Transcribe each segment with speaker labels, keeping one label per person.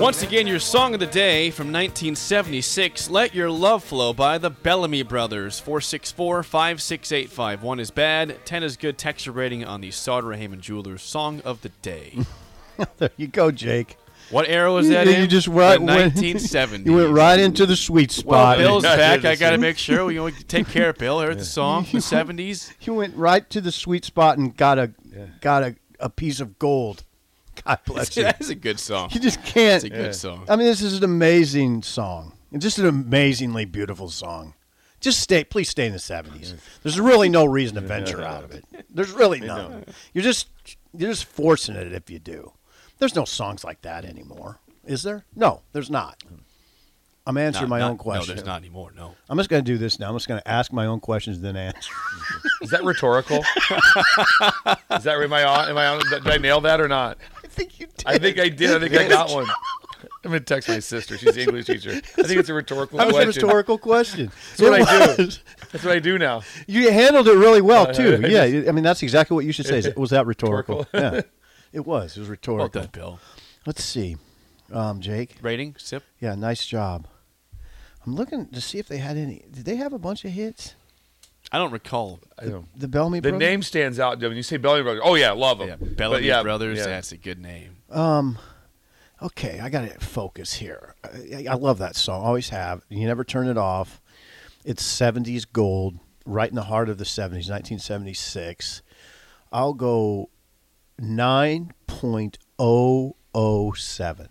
Speaker 1: Once again, your song of the day from 1976, Let Your Love Flow by the Bellamy Brothers. 464 5685. One is bad, 10 is good. Texture rating on the Sauter Heyman Jewelers Song of the Day.
Speaker 2: there you go, Jake.
Speaker 1: What era was that
Speaker 2: you,
Speaker 1: in?
Speaker 2: you just right,
Speaker 1: The
Speaker 2: went-
Speaker 1: 1970s.
Speaker 2: You went right into the sweet
Speaker 1: Well,
Speaker 2: spot.
Speaker 1: Bill's
Speaker 3: Yeah,
Speaker 1: back. I
Speaker 3: that's
Speaker 1: got to
Speaker 3: it.
Speaker 1: make sure we we take care of Bill. Heard the song from the 70s.
Speaker 2: you went right to the sweet spot and got a got a, a piece of gold. God bless
Speaker 1: See,
Speaker 2: you.
Speaker 1: that is a good song.
Speaker 2: You just can't.
Speaker 1: It's a good song.
Speaker 2: I mean, this is an amazing song. It's just an amazingly beautiful song. Just stay, please stay in the seventies. There's really no reason to venture out of it. There's really none. You're just you're just forcing it if you do. There's no songs like that anymore, is there? No, there's not. I'm
Speaker 1: Not-
Speaker 2: answering my
Speaker 1: not-
Speaker 2: own question.
Speaker 1: No, there's not anymore. No.
Speaker 2: I'm just going to do this now. I'm just going to ask my own questions, then answer.
Speaker 3: Is that rhetorical? Is that am I on? Am I on? Did I nail that or not?
Speaker 2: I think you did.
Speaker 3: I think I did. I think I got one. I'm gonna text my sister. She's the English teacher. I think it's a rhetorical
Speaker 2: that was a
Speaker 3: question.
Speaker 2: rhetorical question.
Speaker 3: That's what I
Speaker 2: It
Speaker 3: do.
Speaker 2: was.
Speaker 3: That's what I do now.
Speaker 2: You handled it really well too.
Speaker 3: I
Speaker 2: yeah, I mean that's exactly what you should say. Is, was that rhetorical?
Speaker 3: Rhetorical.
Speaker 2: yeah, it was. It was
Speaker 1: Well
Speaker 2: rhetorical.
Speaker 1: done, Bill.
Speaker 2: Let's see, um, Jake.
Speaker 1: Rating, sip.
Speaker 2: Yeah, nice job. I'm looking to see if they had any. Did they have a bunch of hits?
Speaker 1: I don't recall.
Speaker 3: I know.
Speaker 2: The Bellamy
Speaker 3: The
Speaker 2: Brothers.
Speaker 3: name stands out. When you say Bellamy Brothers, oh yeah, love them.
Speaker 1: Yeah, Bellamy Brothers. That's a good name.
Speaker 2: Um, Okay, I got to focus here. I, I love that song. Always have. You never turn it off. It's 70s gold, right in the heart of the 70s, 1976. I'll go 9.007.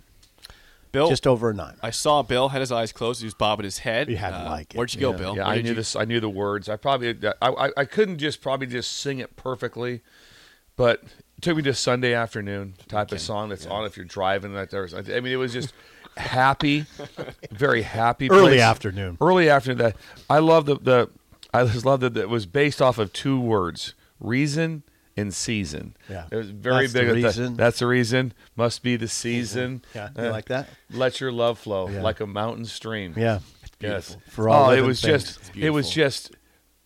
Speaker 1: Bill.
Speaker 2: Just over a nine.
Speaker 1: I saw Bill had his eyes closed. He was bobbing his head. Uh,
Speaker 2: You had to like it.
Speaker 1: Where'd you go,
Speaker 2: Yeah.
Speaker 1: Bill?
Speaker 3: Yeah,
Speaker 1: Where
Speaker 3: I
Speaker 1: did
Speaker 3: knew
Speaker 1: you-
Speaker 3: this. I knew the words. I probably, I, I, I couldn't just probably just sing it perfectly, but it took me to Sunday afternoon type of song that's on if you're driving that there. I mean, it was just happy, very happy.
Speaker 2: Early
Speaker 3: place.
Speaker 2: afternoon.
Speaker 3: Early afternoon. That I love the the. I just love that it was based off of two words: reason and season.
Speaker 2: Yeah.
Speaker 3: it was very
Speaker 2: That's
Speaker 3: big.
Speaker 2: the
Speaker 3: with
Speaker 2: reason.
Speaker 3: that's the reason. Must be the season.
Speaker 2: Yeah,
Speaker 3: Uh,
Speaker 2: you like that?
Speaker 3: Let your love flow
Speaker 2: Yeah.
Speaker 3: like a mountain stream.
Speaker 2: Yeah.
Speaker 3: Yes.
Speaker 2: For all
Speaker 3: oh, it
Speaker 2: living
Speaker 3: was
Speaker 2: things.
Speaker 3: just
Speaker 1: It's
Speaker 3: it was
Speaker 1: beautiful.
Speaker 3: just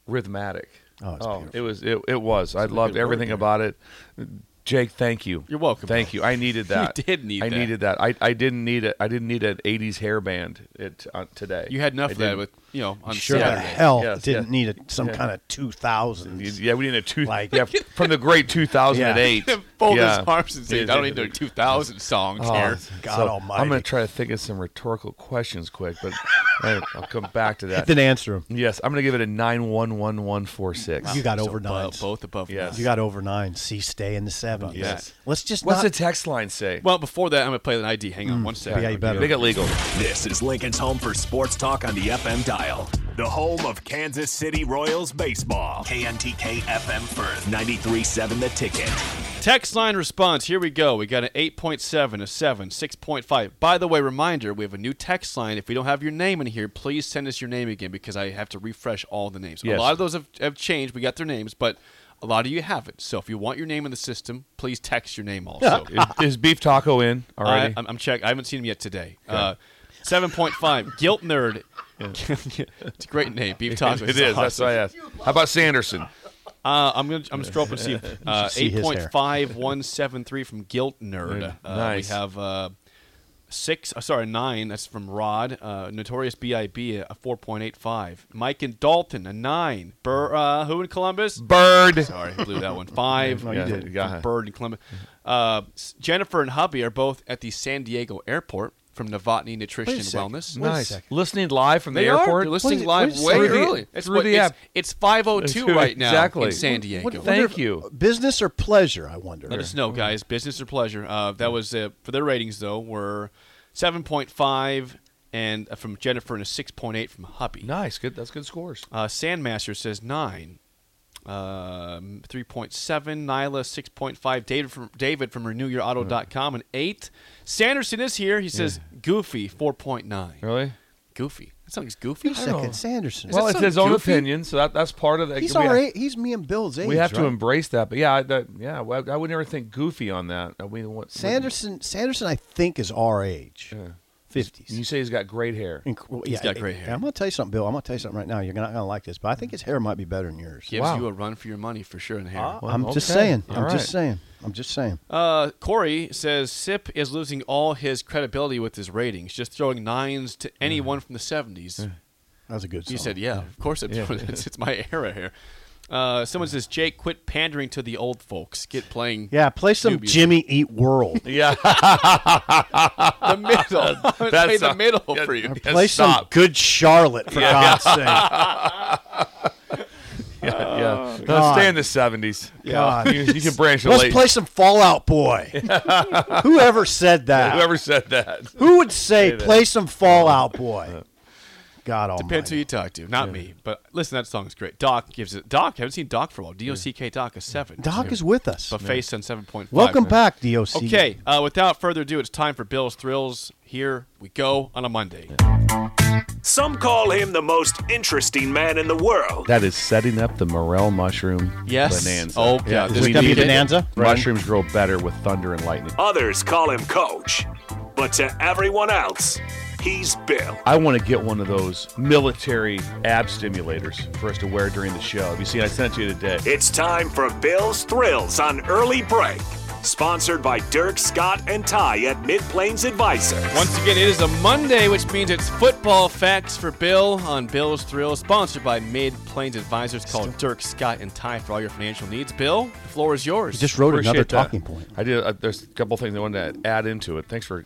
Speaker 3: rhythmatic.
Speaker 2: Oh, it's beautiful.
Speaker 3: it was it, it was. I loved
Speaker 1: good word
Speaker 3: everything
Speaker 1: there.
Speaker 3: about it. Jake, thank you.
Speaker 1: You're welcome,
Speaker 3: Thank
Speaker 1: bro.
Speaker 3: you. I needed that.
Speaker 1: did need
Speaker 3: I
Speaker 1: that.
Speaker 3: needed that. I, I didn't need it. I didn't need an '80s hairband it uh, today.
Speaker 1: You had enough
Speaker 3: I
Speaker 1: of that
Speaker 3: didn't.
Speaker 1: with you know on
Speaker 2: Sure the
Speaker 1: Saturday.
Speaker 2: hell
Speaker 3: Yes,
Speaker 2: didn't
Speaker 3: yeah.
Speaker 2: need a, some
Speaker 3: Yeah.
Speaker 2: kind of 2000s.
Speaker 3: Yeah, we didn't a two.
Speaker 2: Like-
Speaker 3: yeah, from the great 2008.
Speaker 1: Fold his
Speaker 3: yeah. Oh,
Speaker 1: arms and say, I don't need no 2000 songs here.
Speaker 2: God
Speaker 3: So,
Speaker 2: almighty.
Speaker 3: I'm going to try to think of some rhetorical questions quick, but I- I'll come back to that.
Speaker 2: Then answer them.
Speaker 3: Yes, I'm going to give it a nine one one one four six.
Speaker 2: You got
Speaker 1: So
Speaker 2: over
Speaker 1: bo-
Speaker 2: nines.
Speaker 1: Both above
Speaker 3: Yes.
Speaker 1: nine.
Speaker 2: You got over nine. See, stay in the 70s.
Speaker 3: Yes.
Speaker 2: Let's just
Speaker 3: What's
Speaker 2: not
Speaker 3: the text line say?
Speaker 1: Well, before that, I'm going to play an ID. Hang on one second.
Speaker 2: Yeah, you better.
Speaker 3: Make it legal.
Speaker 4: This is Lincoln's home for sports talk on the FM dial. The home of Kansas City Royals baseball. KNTK FM Firth, 93.7 The Ticket.
Speaker 1: Text line response. Here we go. We got an 8.7, a 7, 6.5. By the way, reminder, we have a new text line. If we don't have your name in here, please send us your name again because I have to refresh all the names.
Speaker 3: Yes.
Speaker 1: A lot of those have, have changed. We got their names, but a lot of you haven't. So if you want your name in the system, please text your name also.
Speaker 3: is, is beef taco in already?
Speaker 1: I, I'm, I'm check. I haven't seen him yet today. Uh, Seven point five. Guilt nerd. it's a great name. Beef taco.
Speaker 3: it is. That's what I asked. How about Sanderson?
Speaker 1: Uh, I'm gonna. I'm stroking. See. Uh,
Speaker 2: see
Speaker 1: Eight
Speaker 2: his hair.
Speaker 1: point five one seven three from Guilt Nerd. Uh,
Speaker 3: Mm, Nice.
Speaker 1: We have uh, six. Uh, sorry, nine. That's from Rod. Uh, Notorious B.I.B. A uh, four point eight five. Mike and Dalton a nine. Burr. Uh, who in Columbus?
Speaker 3: Bird.
Speaker 1: Sorry, blew that one. Five.
Speaker 3: No, you Yeah, did.
Speaker 1: from
Speaker 3: go ahead.
Speaker 1: Bird and Columbus. Uh, S- Jennifer and hubby are both at the San Diego airport from Novotny Nutrition
Speaker 2: Wait a
Speaker 1: and
Speaker 2: second.
Speaker 1: Wellness.
Speaker 2: Wait a
Speaker 3: Nice.
Speaker 2: second.
Speaker 3: Listening live from
Speaker 1: They
Speaker 3: the
Speaker 1: are.
Speaker 3: airport.
Speaker 1: They're listening live
Speaker 2: wait a
Speaker 1: way
Speaker 2: second.
Speaker 1: early. It's
Speaker 3: Through
Speaker 1: what-
Speaker 3: the
Speaker 1: it's,
Speaker 3: app.
Speaker 1: it's 5:02 right now
Speaker 3: Exactly.
Speaker 1: in San Diego.
Speaker 2: What-
Speaker 3: Thank
Speaker 2: if-
Speaker 3: you.
Speaker 2: Business or pleasure? I wonder.
Speaker 1: Let us know, guys. Business or pleasure. Uh, that was uh, for their ratings though were 7.5 and uh, from Jennifer and a 6.8 from Hubby.
Speaker 3: Nice. Good. That's good scores.
Speaker 1: Uh, Sandmaster says nine. Um, 3.7 Nyla 6.5 David from David from renewyourauto.com and 8 Sanderson is here he says goofy 4.9
Speaker 3: Really?
Speaker 1: goofy that sounds
Speaker 2: Wait
Speaker 1: goofy
Speaker 2: a second, Sanderson.
Speaker 3: well,
Speaker 1: that
Speaker 3: it's
Speaker 1: so
Speaker 3: his own
Speaker 1: goofy?
Speaker 3: opinion, so that, that's part of the.
Speaker 2: he's
Speaker 3: we,
Speaker 2: our age. He's me and Bill's age.
Speaker 3: We have to
Speaker 2: right?
Speaker 3: embrace that, but yeah, I- that, yeah, well, I would never think goofy on that. I mean, what,
Speaker 2: Sanderson. Sanderson, I think, is our age. fifties.
Speaker 3: You say he's got great hair.
Speaker 2: Inc- well, yeah,
Speaker 1: got great hair.
Speaker 2: I'm gonna tell you something, Bill. I'm gonna tell you something right now. You're not gonna like this, but I think his hair might be better than yours.
Speaker 1: Gives
Speaker 3: Wow.
Speaker 1: you a run for your money for sure in hair.
Speaker 2: I'm just
Speaker 3: okay.
Speaker 2: saying.
Speaker 3: All
Speaker 2: I'm
Speaker 3: right.
Speaker 2: just saying. I'm just saying.
Speaker 1: Uh, Corey says Sip is losing all his credibility with his ratings, just throwing nines to anyone from the 70s.
Speaker 2: That was a good. Song.
Speaker 1: You said, yeah, of course I'm throwing it's, it's my era here. Uh, someone says, Jake, quit pandering to the old folks. Get playing
Speaker 2: Yeah, play some
Speaker 1: Dubious.
Speaker 2: Jimmy Eat World.
Speaker 3: Yeah,
Speaker 1: the middle. Play
Speaker 3: that's
Speaker 1: the
Speaker 3: a-
Speaker 1: middle
Speaker 3: yeah,
Speaker 1: for you.
Speaker 2: play some
Speaker 3: stop.
Speaker 2: good Charlotte for God's sake.
Speaker 3: yeah. No,
Speaker 2: God.
Speaker 3: stay in the seventies.
Speaker 2: God.
Speaker 3: you, you can branch it
Speaker 2: Let's
Speaker 3: late.
Speaker 2: play some Fallout Boy. Whoever said that?
Speaker 3: Whoever said that?
Speaker 2: Who would say
Speaker 3: Say that.
Speaker 2: play some Fallout Boy? God Almighty.
Speaker 1: Depends who you talk to, not me. But listen, that song's great. Doc gives it. Doc, I haven't seen Doc for a while. D O C K Doc is seven.
Speaker 2: Doc is with us.
Speaker 1: but face on seven point five.
Speaker 2: Welcome back, DOC.
Speaker 1: Okay, uh, without further ado, it's time for Bill's Thrills. Here we go on a Monday.
Speaker 4: Some call him the most interesting man in the world.
Speaker 3: That is setting up the morel mushroom
Speaker 1: Yes.
Speaker 3: bonanza.
Speaker 1: Oh, yeah.
Speaker 2: Is this gonna be
Speaker 3: need
Speaker 2: a
Speaker 3: it.
Speaker 2: bonanza?
Speaker 3: Mushrooms grow better with thunder and lightning.
Speaker 4: Others call him coach. But to everyone else, he's Bill.
Speaker 3: I want to get one of those military ab stimulators for us to wear during the show. Have you seen? I sent it to you today.
Speaker 4: It's time for Bill's Thrills on Early Break. Sponsored by Dirk, Scott, and Ty at Mid Plains Advisors.
Speaker 1: Once again, it is a Monday, which means it's football facts for Bill on Bill's Thrills, sponsored by Mid Plains Advisors, called Dirk, Scott, and Ty for all your financial needs. Bill, the floor is yours.
Speaker 2: Just wrote another
Speaker 3: Appreciate that.
Speaker 2: talking point.
Speaker 3: I did. Uh, there's a couple things I wanted to add into it. Thanks for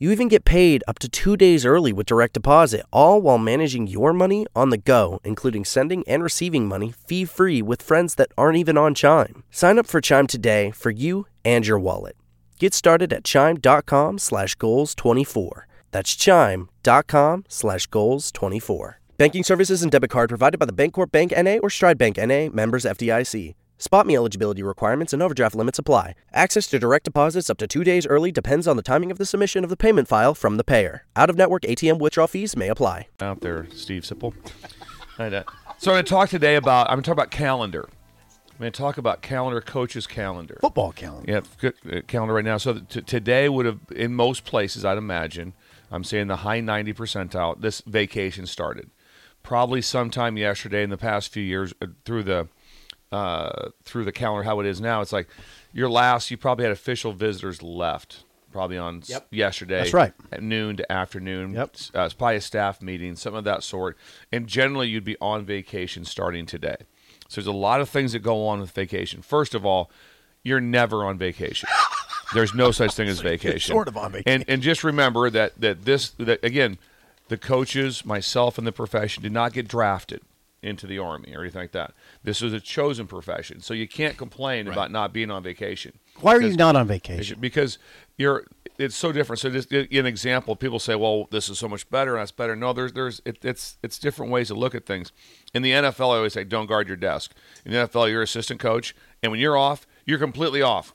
Speaker 5: You even get paid up to two days early with direct deposit, all while managing your money on the go, including sending and receiving money fee free with friends that aren't even on Chime. Sign up for Chime today for you and your wallet. Get started at chime.com slash goals 24. That's chime.com slash goals 24. Banking services and debit card provided by the Bancorp Bank NA or Stride Bank NA members FDIC. Spot me eligibility requirements and overdraft limits apply. Access to direct deposits up to two days early depends on the timing of the submission of the payment file from the payer. Out of network ATM withdrawal fees may apply.
Speaker 3: out there, Steve Sipple. And, uh, so I'm going to talk today about. I'm going to talk about calendar. I'm going to talk about calendar coaches calendar.
Speaker 2: Football calendar.
Speaker 3: Yeah, good uh, calendar right now. So t- today would have in most places, I'd imagine. I'm saying the high 90 percentile. This vacation started probably sometime yesterday. In the past few years, uh, through the uh, through the calendar, how it is now, it's like your last. You probably had official visitors left probably on s- yesterday.
Speaker 2: That's right.
Speaker 3: At noon to afternoon.
Speaker 2: Yep.
Speaker 3: S- Uh, it's probably a staff meeting, something of that sort. And generally, you'd be on vacation starting today. So there's a lot of things that go on with vacation. First of all, you're never on vacation. There's no such thing as vacation.
Speaker 2: sort of on vacation.
Speaker 3: And and just remember that that this that again, the coaches, myself, and the profession did not get drafted into the army or anything like that. This was a chosen profession, so you can't complain about not being on vacation.
Speaker 2: Why are you
Speaker 3: Because-
Speaker 2: not on vacation?
Speaker 3: because you're it's so different. So just an example, people say, "Well, this is so much better, and that's better." No, there's there's it, it's it's different ways to look at things. In the NFL, I always say, "Don't guard your desk." In the NFL, you're assistant coach, and when you're off, you're completely off.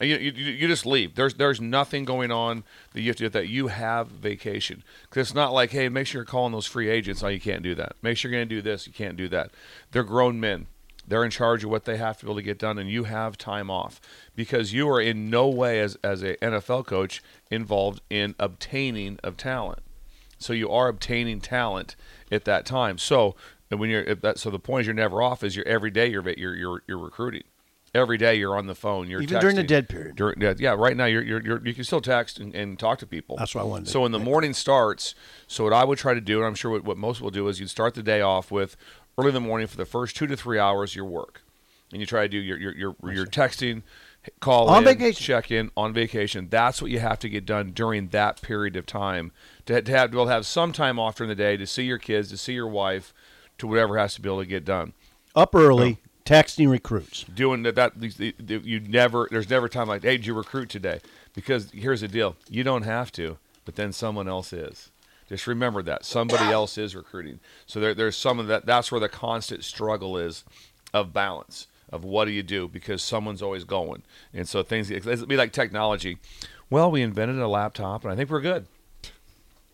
Speaker 3: And You, you, you just leave. There's there's nothing going on that you have to do that you have vacation because it's not like hey make sure you're calling those free agents. Oh, you can't do that. Make sure you're going to do this. You can't do that. They're grown men. They're in charge of what they have to be able to get done, and you have time off because you are in no way, as as a NFL coach, involved in obtaining of talent. So you are obtaining talent at that time. So when you're at that, so the point is you're never off. Is you're every day you're you're you're, you're recruiting. Every day you're on the phone. You're
Speaker 2: Even during the
Speaker 3: texting.
Speaker 2: dead period.
Speaker 3: During, yeah, yeah, right now you're, you're, you're you can still text and, and talk to people.
Speaker 2: That's what I wanted to-
Speaker 3: So when the morning starts, so what I would try to do, and I'm sure what, what most will do is you'd start the day off with early in the morning for the first two to three hours your work, and you try to do your your your, your texting, call
Speaker 2: On
Speaker 3: in,
Speaker 2: vacation.
Speaker 3: check in on vacation. That's what you have to get done during that period of time to, to have to be able to have some time off during the day to see your kids, to see your wife, to whatever has to be able to get done
Speaker 2: Up early, texting recruits.
Speaker 3: doing that that these- the- the- you never there's never time like hey did you recruit today because here's the deal you don't have to but then someone else is Just remember that somebody else is recruiting. So there, there's some of that. That's where the constant struggle is of balance of what do you do because someone's always going. And so things it'd be like technology. Well, we invented a laptop, and I think we're good.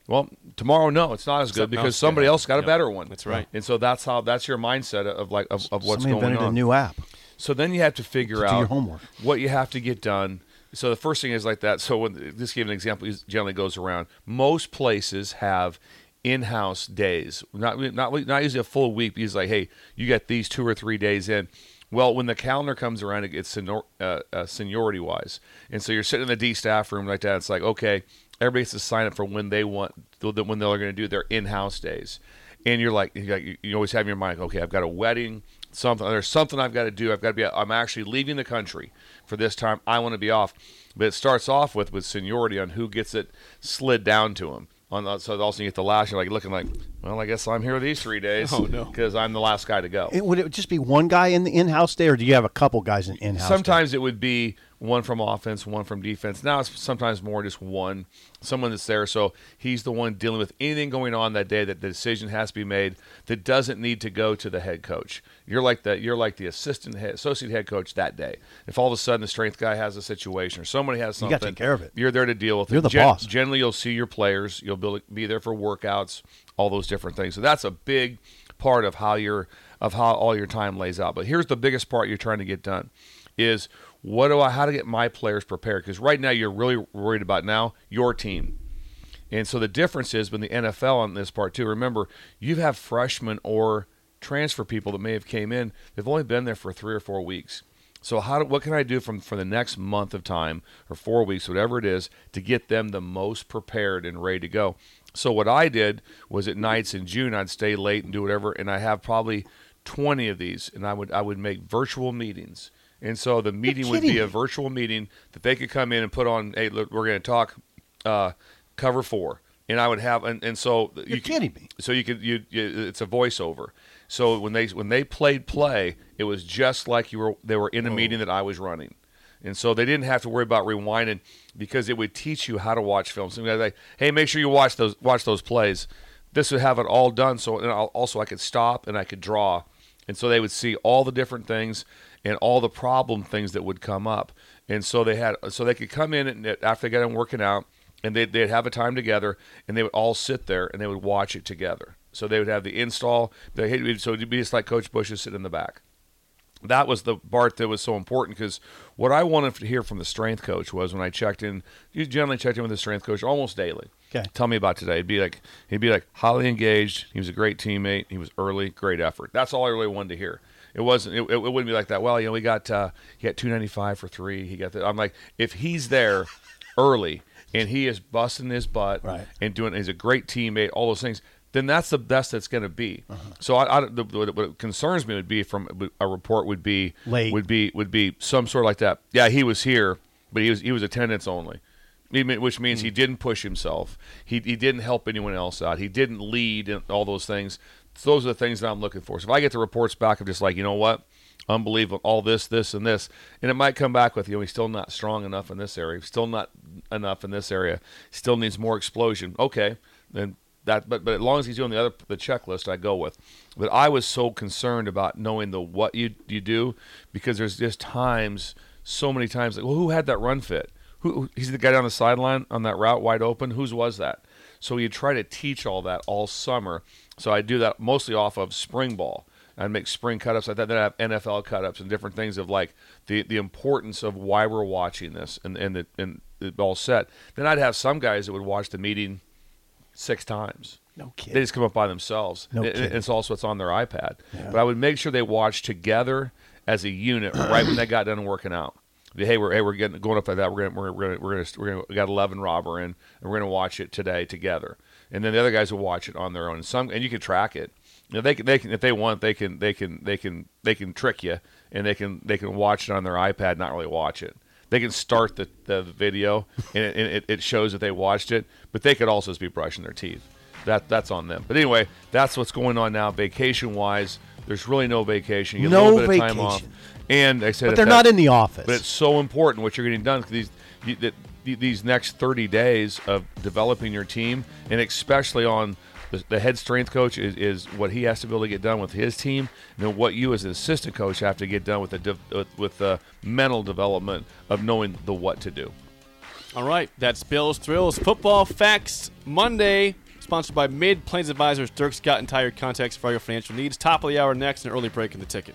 Speaker 3: Well, tomorrow, no, it's not as good
Speaker 1: Something
Speaker 3: because
Speaker 1: else,
Speaker 3: somebody
Speaker 1: yeah.
Speaker 3: else got a
Speaker 1: Yep.
Speaker 3: better one.
Speaker 1: That's right.
Speaker 3: And so that's how that's your mindset of like of, of what's
Speaker 2: Somebody
Speaker 3: going
Speaker 2: invented
Speaker 3: on.
Speaker 2: a new app.
Speaker 3: So then you have to figure
Speaker 2: To
Speaker 3: out
Speaker 2: do your homework.
Speaker 3: what you have to get done. So the first thing is like that. So when this gave an example, it generally goes around. Most places have in-house days, not not not usually a full week. Because like, hey, you got these two or three days in. Well, when the calendar comes around, it gets senior, uh, uh, seniority wise, and so you're sitting in the D staff room like that. It's like okay, everybody has to sign up for when they want when they're going to do their in-house days and you're like, you're like- you always have in your mind, okay, I've got a wedding, something, there's something I've got to do. I've got to be, I'm actually leaving the country for this time. I want to be off. But it starts off with with seniority on who gets it slid down to him. On the, so also you get the last, you're like looking like, well, I guess I'm here these three days.
Speaker 1: Oh, no.
Speaker 3: because I'm the last guy to go.
Speaker 2: It, would it just be one guy in the in-house day, or do you have a couple guys in in-house? day?
Speaker 3: Sometimes it would be one from offense, one from defense. Now it's sometimes more just one, someone that's there. So he's the one dealing with anything going on that day that the decision has to be made that doesn't need to go to the head coach. You're like the you're like the assistant head, associate head coach that day. If all of a sudden the strength guy has a situation or somebody has
Speaker 2: You
Speaker 3: something,
Speaker 2: gotta take care of it.
Speaker 3: You're there to deal with it.
Speaker 2: You're the boss.
Speaker 3: Generally, you'll see your players. You'll be, be there for workouts, all those different things. So that's a big part of how your of how all your time lays out. But here's the biggest part you're trying to get done is what do I how to get my players prepared? Because right now you're really worried about now your team. And so the difference is when the NFL on this part too. Remember, you have freshmen or transfer people that may have came in. They've only been there for three or four weeks. So how do, what can I do from for the next month of time or four weeks, whatever it is, to get them the most prepared and ready to go? So what I did was at nights in June I'd stay late and do whatever, and I have probably twenty of these, and I would I would make virtual meetings. And so the meeting would be a virtual meeting that they could come in and put on. Hey, look, we're going to talk uh, cover four, and I would have, and, and so
Speaker 2: You're
Speaker 3: you could-
Speaker 2: kidding me.
Speaker 3: so you could you, you it's a voiceover. So when they when they played play, it was just like you were they were in a meeting that I was running. And so they didn't have to worry about rewinding because it would teach you how to watch films. And they're like, hey, make sure you watch those watch those plays. This would have it all done. So and I'll, also I could stop and I could draw, and so they would see all the different things and all the problem things that would come up. And so they had so they could come in and after they got done working out, and they'd, they'd have a time together and they would all sit there and they would watch it together so they would have the install they hit so it'd be just like coach bush is sitting in the back that was the part that was so important because what I wanted to hear from the strength coach was when I checked in. You generally checked in with the strength coach almost daily.
Speaker 2: Okay.
Speaker 3: Tell me about today. He'd be like, he'd be like highly engaged. He was a great teammate. He was early, great effort. That's all I really wanted to hear. It wasn't. It, it wouldn't be like that. Well, you know, we got uh, he got two ninety five for three. He got the. I'm like, if he's there early and he is busting his butt
Speaker 2: Right.
Speaker 3: and doing he's a great teammate all those things then that's the best that's going to be so I, I the, what, what concerns me would be from a report would be
Speaker 2: Late.
Speaker 3: would be would be some sort of like that yeah he was here but he was he was attendance only He mean- which means he didn't push himself he, he didn't help anyone else out he didn't lead and all those things So those are the things that i'm looking for so if i get the reports back of just like you know what unbelievable all this this and this and it might come back with you know he's still not strong enough in this area still not enough in this area still needs more explosion okay then that but but as long as he's doing the other the checklist I go with but I was so concerned about knowing the what you you do because there's just times so many times like well who had that run fit who who- he's the guy down the sideline on that route wide open whose was that so you try to teach all that all summer so I do that mostly off of spring ball I'd make spring cut-ups like that. Then I have NFL cut-ups and different things of like the, the importance of why we're watching this and and the, and it all set. Then I'd have some guys that would watch the meeting six times.
Speaker 2: No
Speaker 3: They
Speaker 2: kidding.
Speaker 3: just come up by themselves.
Speaker 2: No
Speaker 3: And- and
Speaker 2: kidding.
Speaker 3: it's also it's on their iPad. But I would make sure they watch together as a unit right when they got done working out. Hey, we're hey, we're getting going up at that. We're gonna we're gonna we're gonna we're gonna we got eleven robber in, and we're gonna watch it today together. And then the other guys will watch it on their own. And some and you can track it. You know, they can they can if they want they can they can they can they can trick you and they can they can watch it on their iPad, not really watch it. They can start the, the video and, it, and it, it shows that they watched it, but they could also just be brushing their teeth. That that's on them. But anyway, that's what's going on now, vacation wise. There's really no vacation. You get
Speaker 2: No
Speaker 3: a little bit of time off.
Speaker 2: vacation.
Speaker 3: And I said,
Speaker 2: But
Speaker 3: if
Speaker 2: they're
Speaker 3: that-
Speaker 2: not in the office.
Speaker 3: But it's so important what you're getting done. 'cause These you, that th- these next 30 days of developing your team, and especially on the, the head strength coach is, is what he has to be able to get done with his team, and then what you as an assistant coach have to get done with the div- with, with the mental development of knowing the what to do.
Speaker 1: All right, that's Bill's Thrills Football Facts Monday, sponsored by Mid Plains Advisors, Dirk Scott, and Tire Context for all your financial needs. Top of the hour next, an early break in the ticket.